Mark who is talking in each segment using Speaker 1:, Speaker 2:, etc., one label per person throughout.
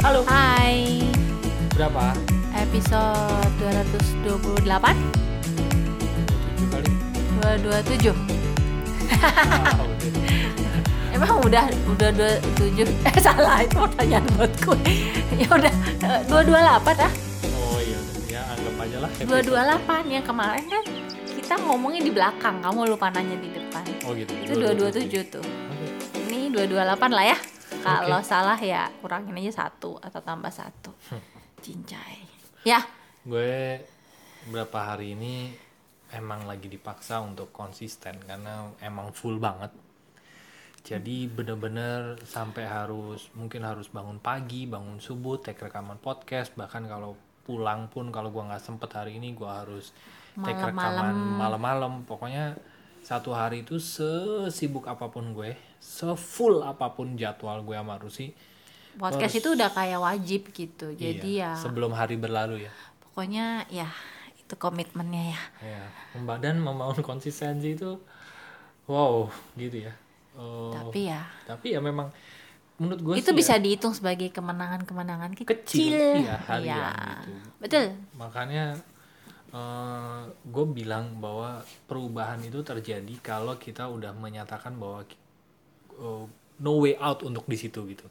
Speaker 1: Halo.
Speaker 2: Hai,
Speaker 1: Berapa?
Speaker 2: episode
Speaker 1: 7
Speaker 2: 228,
Speaker 1: kali.
Speaker 2: 227.
Speaker 1: Ah, udah.
Speaker 2: Emang udah udah 27? Eh salah itu pertanyaan buat gue. ya udah eh, 228 ah.
Speaker 1: Oh iya, udah. ya anggap aja lah. episode.
Speaker 2: 228 yang kemarin kan kita ngomongnya di belakang, kamu lupa nanya di depan.
Speaker 1: Oh gitu.
Speaker 2: Itu 227 tuh.
Speaker 1: Oke.
Speaker 2: Ini 228 lah ya. Kalau salah ya kurangin aja satu atau tambah satu.
Speaker 1: Hmm.
Speaker 2: Cincai. Ya,
Speaker 1: Gue berapa hari ini emang lagi dipaksa untuk konsisten karena emang full banget. Jadi bener-bener sampai harus mungkin harus bangun pagi, bangun subuh, take rekaman podcast, bahkan kalau pulang pun kalau gua nggak sempet hari ini gua harus take rekaman malam-malam. Pokoknya satu hari itu sesibuk apapun gue, sefull apapun jadwal gue sama Rusi.
Speaker 2: podcast itu udah kayak wajib gitu. Jadi
Speaker 1: Iya,
Speaker 2: ya
Speaker 1: sebelum hari berlalu ya.
Speaker 2: pokoknya ya itu komitmennya ya
Speaker 1: Ya, memba- dan membangun konsistensi itu wow gitu ya. Oh,
Speaker 2: tapi ya
Speaker 1: tapi ya memang menurut ya, gue
Speaker 2: itu bisa dihitung sebagai kemenangan-kemenangan kecil,
Speaker 1: Kecil, iya, harian
Speaker 2: Iya.
Speaker 1: gitu.
Speaker 2: betul
Speaker 1: makanya gue bilang bahwa perubahan itu terjadi kalau kita udah menyatakan bahwa ki- eh, no way out untuk di situ gitu.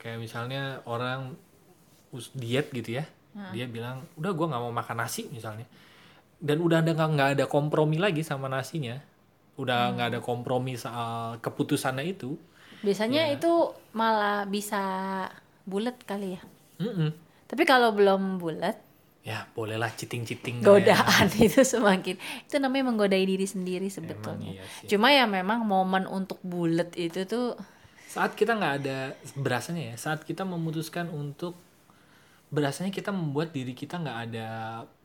Speaker 1: Kayak misalnya orang us- diet gitu ya, dia bilang udah gue nggak mau makan nasi misalnya, dan udah ada nggak nggak ada kompromi lagi sama nasinya, udah nggak ada kompromi soal keputusannya itu.
Speaker 2: biasanya
Speaker 1: Iya.
Speaker 2: itu malah bisa bulat kali ya
Speaker 1: Mm-mm.
Speaker 2: tapi kalau belum bulat
Speaker 1: Ya bolehlah citing-citing. kayak-
Speaker 2: godaan itu semakin itu namanya menggodai diri sendiri sebetulnya
Speaker 1: iya sih.
Speaker 2: cuma ya memang momen untuk bulat itu tuh
Speaker 1: saat kita nggak ada berasanya ya saat kita memutuskan untuk berasanya kita membuat diri kita nggak ada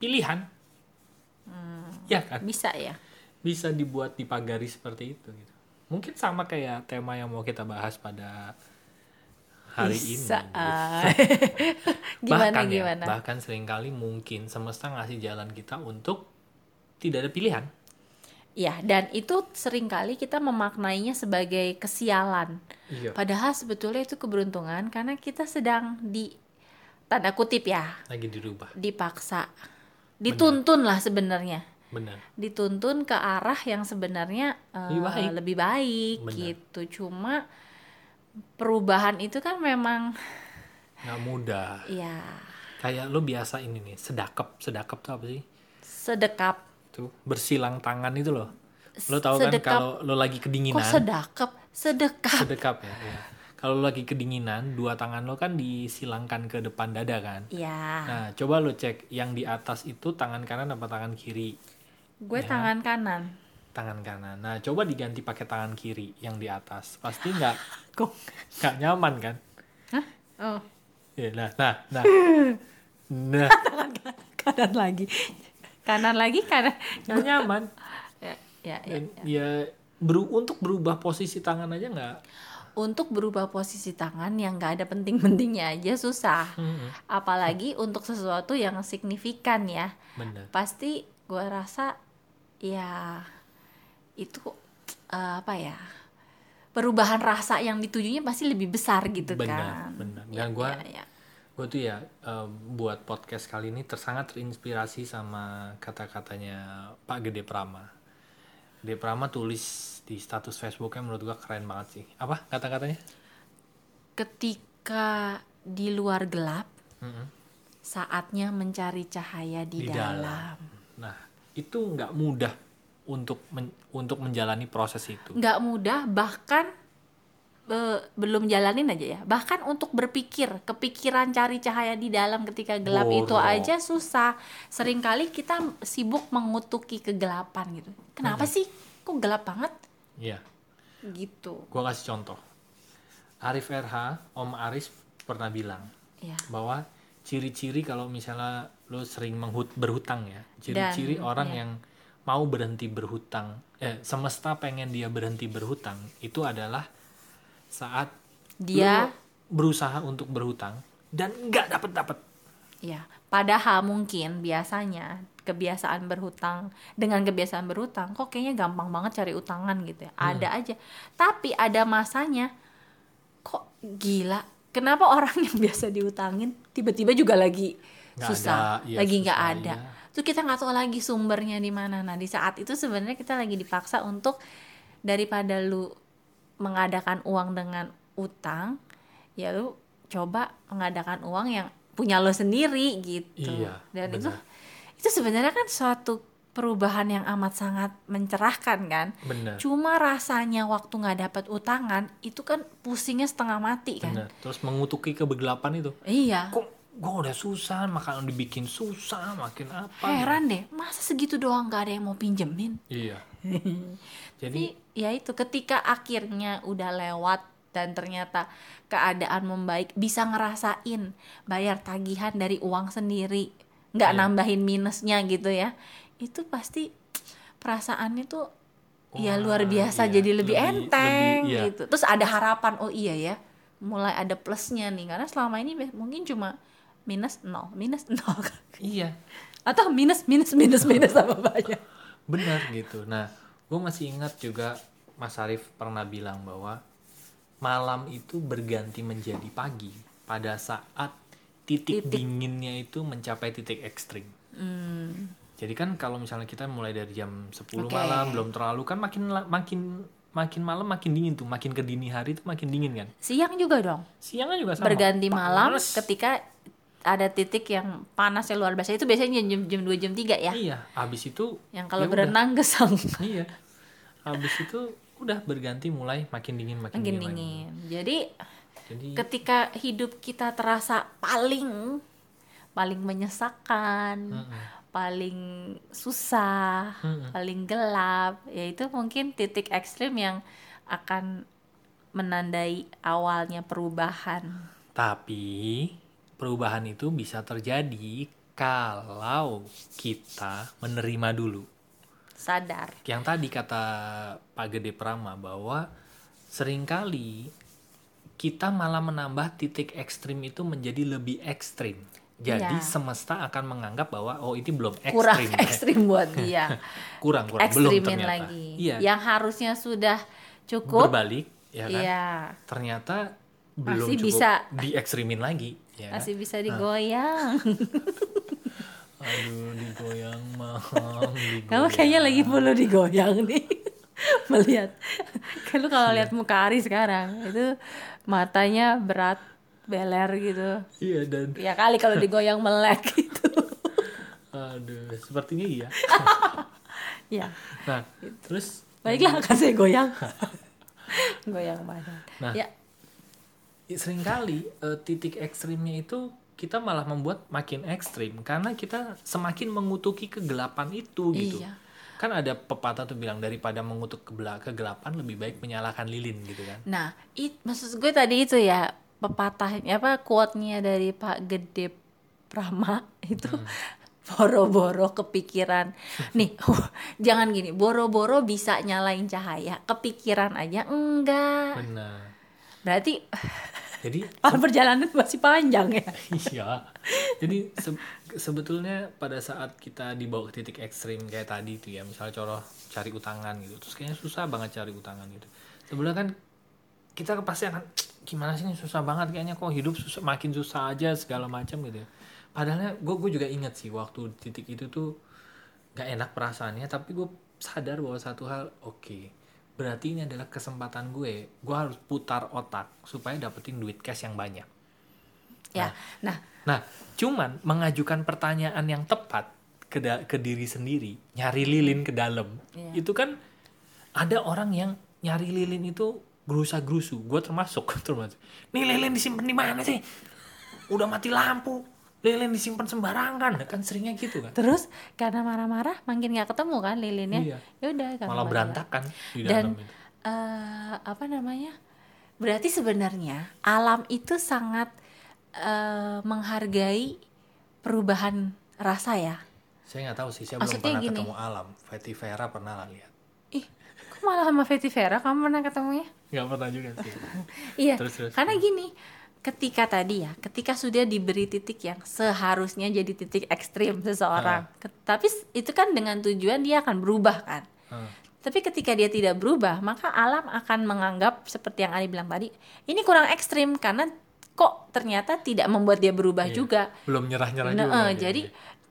Speaker 1: pilihan
Speaker 2: Hmm.
Speaker 1: ya kan
Speaker 2: bisa ya
Speaker 1: bisa dibuat dipagari seperti itu gitu mungkin sama kayak tema yang mau kita bahas pada hari
Speaker 2: bisa
Speaker 1: ini gitu.
Speaker 2: ah. gimana
Speaker 1: bahkan ya,
Speaker 2: gimana
Speaker 1: bahkan seringkali mungkin semesta ngasih jalan kita untuk tidak ada pilihan
Speaker 2: Ya, dan itu seringkali kita memaknainya sebagai kesialan.
Speaker 1: Iya.
Speaker 2: Padahal sebetulnya itu keberuntungan karena kita sedang di tanda kutip ya,
Speaker 1: lagi dirubah
Speaker 2: dipaksa. Dituntun lah sebenarnya.
Speaker 1: benar
Speaker 2: Dituntun ke arah yang sebenarnya eh,
Speaker 1: Lebih baik.
Speaker 2: lebih baik
Speaker 1: Benar.
Speaker 2: gitu. Cuma perubahan itu kan memang
Speaker 1: nggak mudah
Speaker 2: ya
Speaker 1: kayak lo biasa ini nih sedakep sedakep tuh apa sih
Speaker 2: sedekap.
Speaker 1: tuh bersilang tangan itu loh lo tahu kan
Speaker 2: Sedekap.
Speaker 1: kalau lo lagi kedinginan
Speaker 2: Kok sedekap? Sedekap.
Speaker 1: sedekap ya, ya. kalau lo lagi kedinginan dua tangan lo kan disilangkan ke depan dada kan
Speaker 2: Ya,
Speaker 1: nah coba lo cek yang di atas itu tangan kanan apa tangan kiri
Speaker 2: gue
Speaker 1: Ya.
Speaker 2: tangan kanan.
Speaker 1: tangan kanan nah coba diganti pakai tangan kiri yang di atas pasti nggak
Speaker 2: Kok?
Speaker 1: nggak nyaman kan
Speaker 2: Oh.
Speaker 1: ya nah nah nah nah
Speaker 2: kanan lagi kanan lagi kanan
Speaker 1: nggak nyaman
Speaker 2: ya, ya, ya.
Speaker 1: Dan ya beru- untuk berubah posisi tangan aja nggak
Speaker 2: untuk berubah posisi tangan yang nggak ada penting-pentingnya aja susah
Speaker 1: Mm-mm.
Speaker 2: apalagi untuk sesuatu yang signifikan ya
Speaker 1: bener
Speaker 2: pasti gua rasa ya itu eh, apa ya perubahan rasa yang ditujunya pasti lebih besar gitu
Speaker 1: benar
Speaker 2: kan
Speaker 1: benar
Speaker 2: Ya,
Speaker 1: dan gue
Speaker 2: ya, ya.
Speaker 1: gue tuh ya eh, buat podcast kali ini ter- sangat terinspirasi sama kata-katanya Pak Gede Prama. Gede Prama tulis di status Facebooknya menurut gue keren banget sih. Apa kata-katanya?
Speaker 2: ketika di luar gelap
Speaker 1: Mm-mm.
Speaker 2: saatnya mencari cahaya di,
Speaker 1: Di dalam.
Speaker 2: dalam.
Speaker 1: Nah itu nggak mudah untuk men- untuk menjalani proses itu.
Speaker 2: nggak mudah bahkan eh, belum jalanin aja ya bahkan untuk berpikir kepikiran cari cahaya di dalam ketika gelap itu
Speaker 1: Buruk.
Speaker 2: aja susah seringkali kita sibuk mengutuki kegelapan gitu kenapa sih kok gelap banget
Speaker 1: Iya,
Speaker 2: gitu
Speaker 1: gue kasih contoh. Arif RH, Om Arif pernah bilang
Speaker 2: ya
Speaker 1: bahwa ciri-ciri kalau misalnya lo sering menghut berhutang ya ciri-ciri
Speaker 2: Dan,
Speaker 1: orang
Speaker 2: iya.
Speaker 1: yang mau berhenti berhutang eh, semesta pengen dia berhenti berhutang itu adalah saat
Speaker 2: dia
Speaker 1: lo berusaha untuk berhutang dan nggak dapet dapet
Speaker 2: ya padahal mungkin biasanya kebiasaan berhutang dengan kebiasaan berhutang kok kayaknya gampang banget cari
Speaker 1: Hmm.
Speaker 2: utangan gitu ya ada aja tapi ada masanya kok gila kenapa orang yang biasa diutangin tiba-tiba juga lagi
Speaker 1: Nggak
Speaker 2: susah,
Speaker 1: ada, iya,
Speaker 2: lagi nggak
Speaker 1: susah,
Speaker 2: ada.
Speaker 1: iya.
Speaker 2: Terus kita nggak tahu lagi sumbernya di mana. Nah di saat itu sebenarnya kita lagi dipaksa untuk daripada lu mengadakan uang dengan utang, ya lu coba mengadakan uang yang punya lo sendiri gitu.
Speaker 1: Iya,
Speaker 2: Dan itu
Speaker 1: benar.
Speaker 2: itu sebenarnya kan suatu perubahan yang amat sangat mencerahkan kan.
Speaker 1: bener
Speaker 2: Cuma rasanya waktu nggak dapat utangan itu kan pusingnya setengah mati kan.
Speaker 1: bener terus mengutuki kegelapan itu
Speaker 2: Iya.
Speaker 1: kok gue udah susah makanan dibikin susah makin apa gitu.
Speaker 2: Heran deh, masa segitu doang nggak ada yang mau pinjemin?
Speaker 1: iya jadi
Speaker 2: Tapi ya itu ketika akhirnya udah lewat dan ternyata keadaan membaik bisa ngerasain bayar tagihan dari uang sendiri nggak
Speaker 1: Iya.
Speaker 2: nambahin minusnya gitu ya itu pasti perasaannya tuh ya
Speaker 1: Wah,
Speaker 2: luar biasa
Speaker 1: iya.
Speaker 2: jadi lebih,
Speaker 1: Lebih-
Speaker 2: enteng
Speaker 1: lebih, iya.
Speaker 2: gitu terus ada harapan oh iya ya mulai ada plusnya nih karena selama ini be- mungkin cuma minus nol minus nol
Speaker 1: iya
Speaker 2: atau minus minus minus minus sama banyak
Speaker 1: benar gitu nah gue masih ingat juga Mas Arief pernah bilang bahwa malam itu berganti menjadi pagi pada saat titik,
Speaker 2: Titik.
Speaker 1: dinginnya itu mencapai titik ekstrim Hmm.
Speaker 2: Hmm,
Speaker 1: jadi kan kalau misalnya kita mulai dari jam 10
Speaker 2: Oke.
Speaker 1: malam belum terlalu kan makin la- makin makin malam makin dingin tuh makin ke dini hari itu makin dingin kan
Speaker 2: siang juga dong
Speaker 1: siangnya juga sama
Speaker 2: berganti malam
Speaker 1: Panas.
Speaker 2: ketika ada titik yang panasnya luar biasa itu biasanya jam jam 2 jam 3 ya
Speaker 1: iya abis itu
Speaker 2: yang
Speaker 1: ya
Speaker 2: kalau
Speaker 1: udah.
Speaker 2: berenang gesang
Speaker 1: iya habis itu udah berganti mulai makin dingin makin,
Speaker 2: makin
Speaker 1: dingin, lagi.
Speaker 2: dingin jadi
Speaker 1: jadi
Speaker 2: ketika hidup kita terasa paling paling menyesakkan
Speaker 1: Mm-mm.
Speaker 2: paling susah
Speaker 1: Mm-mm.
Speaker 2: paling gelap yaitu mungkin titik ekstrim yang akan menandai awalnya perubahan
Speaker 1: tapi perubahan itu bisa terjadi kalau kita menerima dulu
Speaker 2: sadar
Speaker 1: yang tadi kata Pak Gede Prama bahwa seringkali kita malah menambah titik ekstrim itu menjadi lebih ekstrim jadi
Speaker 2: Iya.
Speaker 1: semesta akan menganggap bahwa oh ini belum ekstrim
Speaker 2: kurang
Speaker 1: ya.
Speaker 2: ekstrim buat dia
Speaker 1: kurang kurang belum
Speaker 2: ekstrimin
Speaker 1: ternyata
Speaker 2: lagi Ya,
Speaker 1: iya
Speaker 2: yang harusnya sudah cukup
Speaker 1: berbalik ya kan
Speaker 2: iya
Speaker 1: ternyata belum
Speaker 2: Masih
Speaker 1: cukup
Speaker 2: bisa.
Speaker 1: diekstrimin lagi ya kan?
Speaker 2: masih bisa digoyang
Speaker 1: aduh digoyang mam
Speaker 2: kamu
Speaker 1: digoyang.
Speaker 2: kayaknya lagi perlu digoyang nih melihat kalau kalau
Speaker 1: Iya.
Speaker 2: lihat muka Ari sekarang itu matanya berat beler gitu
Speaker 1: iya dan
Speaker 2: ya kali kalau digoyang melek gitu
Speaker 1: aduh sepertinya iya
Speaker 2: ya
Speaker 1: nah terus Iya.
Speaker 2: baiklah akan saya goyang goyang badan
Speaker 1: Nah.
Speaker 2: ya
Speaker 1: ya, seringkali eh, titik ekstrimnya itu kita malah membuat makin ekstrim karena kita semakin mengutuki kegelapan itu gitu
Speaker 2: Iya.
Speaker 1: kan ada pepatah tuh bilang daripada mengutuk kebela- kegelapan lebih baik menyalakan lilin gitu kan
Speaker 2: Nah, it, maksud gue tadi itu ya pepatah apa quote-nya dari Pak Gede Prama itu
Speaker 1: Hmm.
Speaker 2: boro-boro kepikiran. Nih, jangan gini, boro-boro bisa nyalain cahaya, kepikiran aja enggak.
Speaker 1: benar
Speaker 2: Berarti ah,
Speaker 1: jadi
Speaker 2: perjalanan masih panjang ya.
Speaker 1: Iya. Jadi se- sebetulnya pada saat kita dibawa ke titik ekstrim kayak tadi itu ya, misalnya coroh cari utangan gitu, terus kayaknya susah banget cari utangan gitu. Sebenarnya kan kita pasti akan "Cek, gimana sih ini susah banget kayaknya kok hidup susah makin susah aja segala macam gitu. ya." Padahalnya gue gue juga ingat sih waktu di titik itu tuh gak enak perasaannya, tapi gue sadar bahwa satu hal oke. Berarti ini adalah kesempatan gue. Gue harus putar otak supaya dapetin duit cash yang banyak.
Speaker 2: Ya. Nah,
Speaker 1: Nah, cuman mengajukan pertanyaan yang tepat ke, da- ke diri sendiri, nyari lilin ke dalam.
Speaker 2: Iya.
Speaker 1: Itu kan ada orang yang nyari lilin itu gerusa-gerusu. Gue termasuk, termasuk. Nih lilin disimpan di mana sih? Udah mati lampu. Lilin disimpan sembarangan. Kan seringnya gitu kan.
Speaker 2: terus karena marah-marah makin nggak ketemu kan lilinnya.
Speaker 1: Iya.
Speaker 2: Ya udah
Speaker 1: Malah
Speaker 2: karena marah-marah.
Speaker 1: berantakan di dalam
Speaker 2: dan
Speaker 1: itu.
Speaker 2: eh, apa namanya berarti sebenarnya alam itu sangat eh, menghargai perubahan rasa ya
Speaker 1: Saya nggak tahu sih, saya belum
Speaker 2: Maksudnya
Speaker 1: pernah
Speaker 2: gini.
Speaker 1: ketemu alam. Fatty Vera pernah lah lihat.
Speaker 2: ih kok malah sama Fetty Vera kamu pernah ketemunya
Speaker 1: Nggak pernah juga sih.
Speaker 2: iya
Speaker 1: Terus, terus. Hmm.
Speaker 2: karena gini ketika tadi ya ketika sudah diberi titik yang seharusnya jadi titik ekstrim seseorang Ket- tapi s- itu kan dengan tujuan dia akan berubah kan
Speaker 1: Hmm.
Speaker 2: Tapi ketika dia tidak berubah, maka alam akan menganggap seperti yang Ari bilang tadi, ini kurang ekstrim karena kok ternyata tidak membuat dia
Speaker 1: Iya.
Speaker 2: berubah juga
Speaker 1: belum nyerah nyerah
Speaker 2: Nah,
Speaker 1: juga Iya,
Speaker 2: eh,
Speaker 1: dia.
Speaker 2: jadi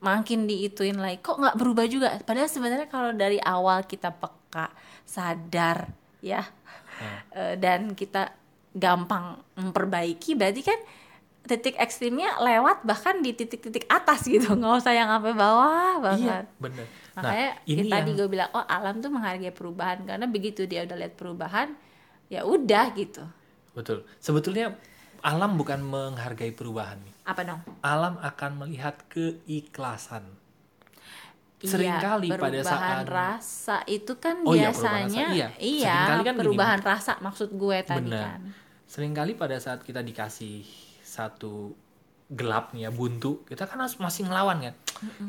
Speaker 2: makin diituin lagi kok nggak berubah juga padahal sebenarnya kalau dari awal kita peka sadar ya
Speaker 1: Hmm.
Speaker 2: eh, dan kita gampang memperbaiki berarti kan titik ekstrimnya lewat bahkan di titik-titik atas gitu nggak usah yang sampai bawah
Speaker 1: iya
Speaker 2: banget
Speaker 1: bener nah
Speaker 2: makanya
Speaker 1: ini
Speaker 2: kita tadi
Speaker 1: yang
Speaker 2: gue bilang oh alam tuh menghargai perubahan karena begitu dia udah lihat perubahan ya udah gitu
Speaker 1: betul sebetulnya alam bukan menghargai perubahan nih
Speaker 2: apa dong
Speaker 1: alam akan melihat keikhlasan
Speaker 2: Iya,
Speaker 1: seringkali pada
Speaker 2: perubahan
Speaker 1: saat
Speaker 2: rasa itu kan
Speaker 1: Oh iya, perubahan
Speaker 2: biasanya
Speaker 1: rasa, iya.
Speaker 2: iya,
Speaker 1: Seringkali kan gini.
Speaker 2: perubahan rasa maksud gue tadi
Speaker 1: Benar.
Speaker 2: kan
Speaker 1: seringkali pada saat kita dikasih satu gelapnya buntu kita kan harus masih ngelawan kan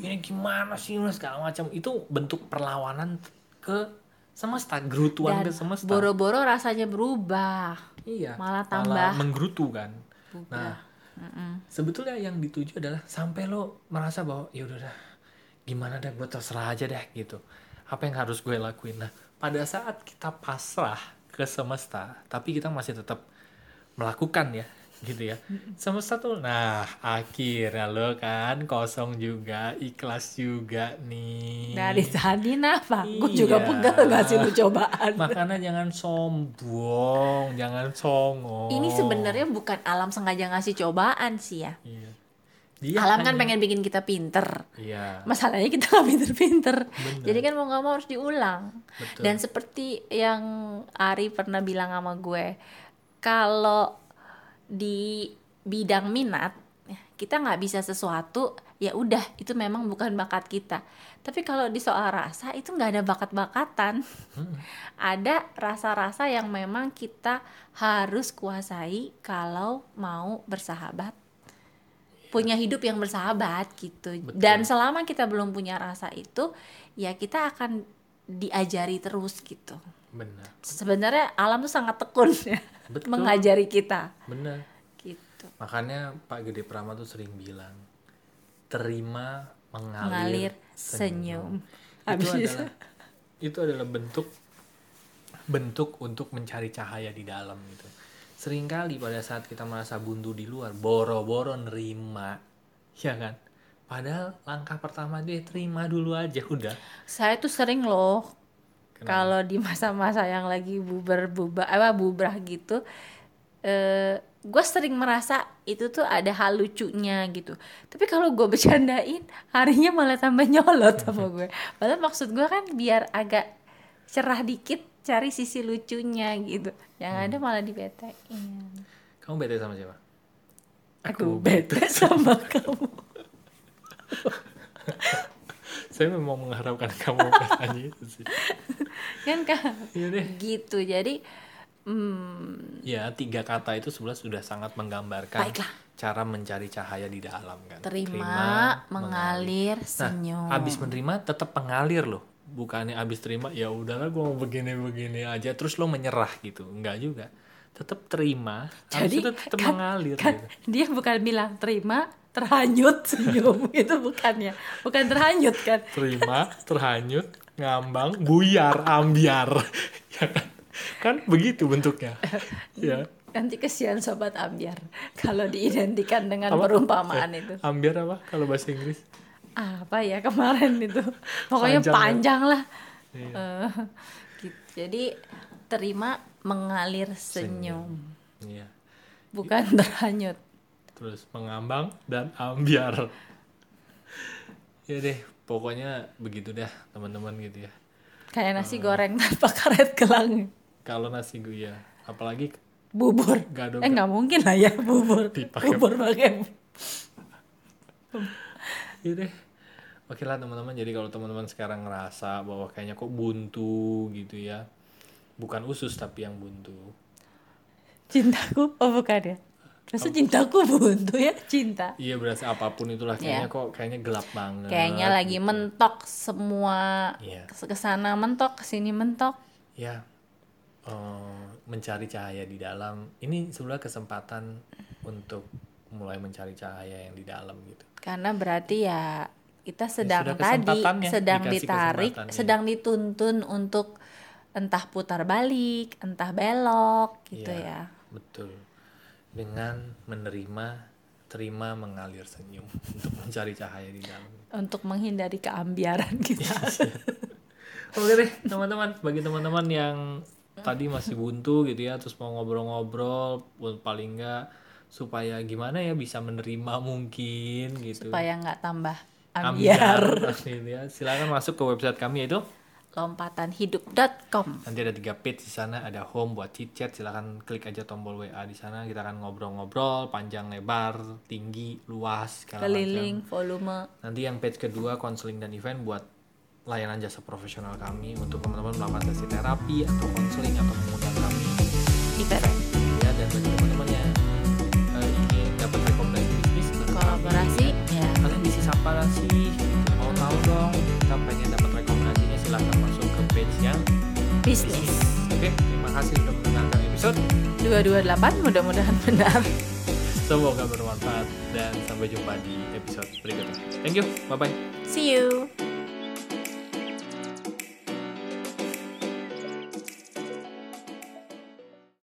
Speaker 1: ini gimana sih ini segala macam itu bentuk perlawanan ke semesta gerutuan
Speaker 2: dan
Speaker 1: ke semesta
Speaker 2: boro-boro rasanya berubah
Speaker 1: iya
Speaker 2: malah tambah.
Speaker 1: menggerutu kan
Speaker 2: berubah
Speaker 1: nah
Speaker 2: Mm-mm.
Speaker 1: sebetulnya yang dituju adalah sampai lo merasa bahwa ya udah dah, gimana dah gue terserah aja deh gitu apa yang harus gue lakuin nah pada saat kita pasrah ke semesta tapi kita masih tetap melakukan ya gitu ya semesta tuh nah akhirnya lo kan kosong juga ikhlas juga nih
Speaker 2: dari tadi kenapa gue
Speaker 1: Iya.
Speaker 2: juga pegel ngasih lu cobaan
Speaker 1: makanya jangan sombong jangan songong
Speaker 2: ini sebenarnya bukan alam sengaja ngasih cobaan sih ya
Speaker 1: Iya. ya. Dia
Speaker 2: alam kan
Speaker 1: hanya-
Speaker 2: pengen bikin kita pinter
Speaker 1: Iya.
Speaker 2: masalahnya kita nggak pinter-pinter
Speaker 1: Bener.
Speaker 2: jadi kan mau nggak mau harus diulang
Speaker 1: Betul.
Speaker 2: Dan seperti yang Ari pernah bilang sama gue, kalau di bidang minat ya, kita nggak bisa sesuatu ya udah itu memang bukan bakat kita tapi kalau di soal rasa itu nggak ada bakat-bakatan
Speaker 1: Mm-mm.
Speaker 2: ada rasa-rasa yang memang kita harus kuasai kalau mau bersahabat punya hidup yang bersahabat gitu
Speaker 1: Betul.
Speaker 2: dan selama kita belum punya rasa itu ya kita akan diajari terus gitu
Speaker 1: benar
Speaker 2: sebenarnya alam tuh sangat tekun ya
Speaker 1: betul
Speaker 2: mengajari kita
Speaker 1: benar
Speaker 2: gitu
Speaker 1: makanya Pak Gede Prama tuh sering bilang terima mengalir,
Speaker 2: mengalir senyum,
Speaker 1: itu
Speaker 2: Habis
Speaker 1: adalah itu adalah bentuk bentuk untuk mencari cahaya di dalam gitu seringkali pada saat kita merasa buntu di luar boro-boro nerima ya kan padahal langkah pertama dia terima dulu aja udah
Speaker 2: saya tuh sering loh
Speaker 1: Kenapa?
Speaker 2: kalau di masa-masa yang lagi buber buba apa bubrah gitu eh gue sering merasa itu tuh ada hal lucunya gitu tapi kalau gue bercandain harinya malah tambah nyolot sama gue padahal maksud gue kan biar agak cerah dikit cari sisi lucunya gitu yang ada
Speaker 1: Hmm.
Speaker 2: malah dibetain
Speaker 1: kamu bete sama siapa
Speaker 2: aku bete sama kamu
Speaker 1: saya memang mengharapkan kamu bertanya itu sih
Speaker 2: kan kan
Speaker 1: Iya deh.
Speaker 2: gitu jadi hmm,
Speaker 1: Ya, tiga kata itu sebenarnya sudah sangat menggambarkan
Speaker 2: Baiklah.
Speaker 1: cara mencari cahaya di dalam kan.
Speaker 2: terima, mengalir senyum
Speaker 1: Nah, abis menerima tetap pengalir loh. Bukannya abis terima ya udahlah gue mau begini-begini aja terus lo menyerah gitu. Enggak juga. Tetap terima, habis
Speaker 2: Jadi,
Speaker 1: itu tetap
Speaker 2: kan-
Speaker 1: mengalir
Speaker 2: kan
Speaker 1: gitu.
Speaker 2: dia bukan bilang terima terhanyut senyum itu bukannya bukan terhanyut kan
Speaker 1: Terima, terhanyut, ngambang, buyar, ambiar. ya kan? Kan begitu bentuknya. ya.
Speaker 2: nanti kesian sobat ambiar kalau diidentikan dengan
Speaker 1: Apa? Eh.
Speaker 2: perumpamaan itu
Speaker 1: Ambiar apa kalau bahasa Inggris?
Speaker 2: apa ya kemarin itu pokoknya
Speaker 1: Panjang, Iya.
Speaker 2: panjang,
Speaker 1: kan?
Speaker 2: lah Eh, gitu. jadi terima mengalir senyum,
Speaker 1: Iya.
Speaker 2: bukan terhanyut
Speaker 1: terus mengambang dan ambiar ya deh pokoknya begitu dah teman-teman gitu ya
Speaker 2: kayak
Speaker 1: Eh.
Speaker 2: nasi goreng tanpa karet gelang
Speaker 1: kalau nasi gue ya apalagi
Speaker 2: bubur
Speaker 1: Gado-
Speaker 2: eh nggak mungkin lah ya bubur
Speaker 1: Dipakai-
Speaker 2: bubur pakai
Speaker 1: ya deh oke lah teman-teman jadi kalau teman-teman sekarang ngerasa bahwa kayaknya kok buntu gitu ya bukan usus tapi yang buntu
Speaker 2: cintaku oh bukan ya Masa cintaku buntu ya cinta
Speaker 1: iya berasa apapun itulah kayaknya kok kayaknya gelap banget
Speaker 2: Iya. kayaknya lagi mentok semua
Speaker 1: Nah, gitu. Iya.
Speaker 2: kesana mentok kesini mentok
Speaker 1: ya eh, mencari cahaya di dalam ini sebenarnya kesempatan untuk mulai mencari cahaya yang di dalam gitu
Speaker 2: karena berarti ya kita sedang
Speaker 1: sudah
Speaker 2: tadi
Speaker 1: kesempatannya,
Speaker 2: sedang
Speaker 1: dikasih
Speaker 2: ditarik
Speaker 1: kesempatan, iya.
Speaker 2: sedang dituntun untuk entah putar balik entah belok gitu
Speaker 1: Iya,
Speaker 2: ya
Speaker 1: Betul. dengan menerima terima mengalir senyum untuk mencari cahaya di dalam.
Speaker 2: untuk menghindari keambiaran
Speaker 1: Iya.
Speaker 2: kita.
Speaker 1: Oke deh teman-teman, bagi teman-teman yang tadi masih buntu gitu ya, terus mau ngobrol-ngobrol, paling nggak supaya gimana ya bisa menerima mungkin gitu.
Speaker 2: supaya nggak tambah
Speaker 1: Ambiar,
Speaker 2: ambiar.
Speaker 1: gitu ya. Silakan masuk ke website kami yaitu
Speaker 2: Lompatanhidup.com.
Speaker 1: nanti ada tiga page di sana ada home buat chit chat silakan klik aja tombol WA di sana kita akan ngobrol-ngobrol panjang lebar tinggi luas segala macam.
Speaker 2: Keliling volume
Speaker 1: nanti yang page kedua konseling dan event buat layanan jasa profesional kami untuk teman-teman melakukan sesi terapi atau konseling atau mengundang kami
Speaker 2: di Peren.
Speaker 1: ya dan bagi teman-teman yang eh, ingin dapat rekomendasi bisnis ke kami,
Speaker 2: Kolaborasi ya.
Speaker 1: kalian bisnis apa sih mau tahu dong kita pengen dapat rekomendasinya silahkan masuk ke page yang
Speaker 2: Bisnis.
Speaker 1: Oke, terima kasih sudah mendengarkan episode.
Speaker 2: 228 mudah-mudahan benar.
Speaker 1: Semoga bermanfaat dan sampai jumpa di episode berikutnya. Thank you, bye bye.
Speaker 2: See you.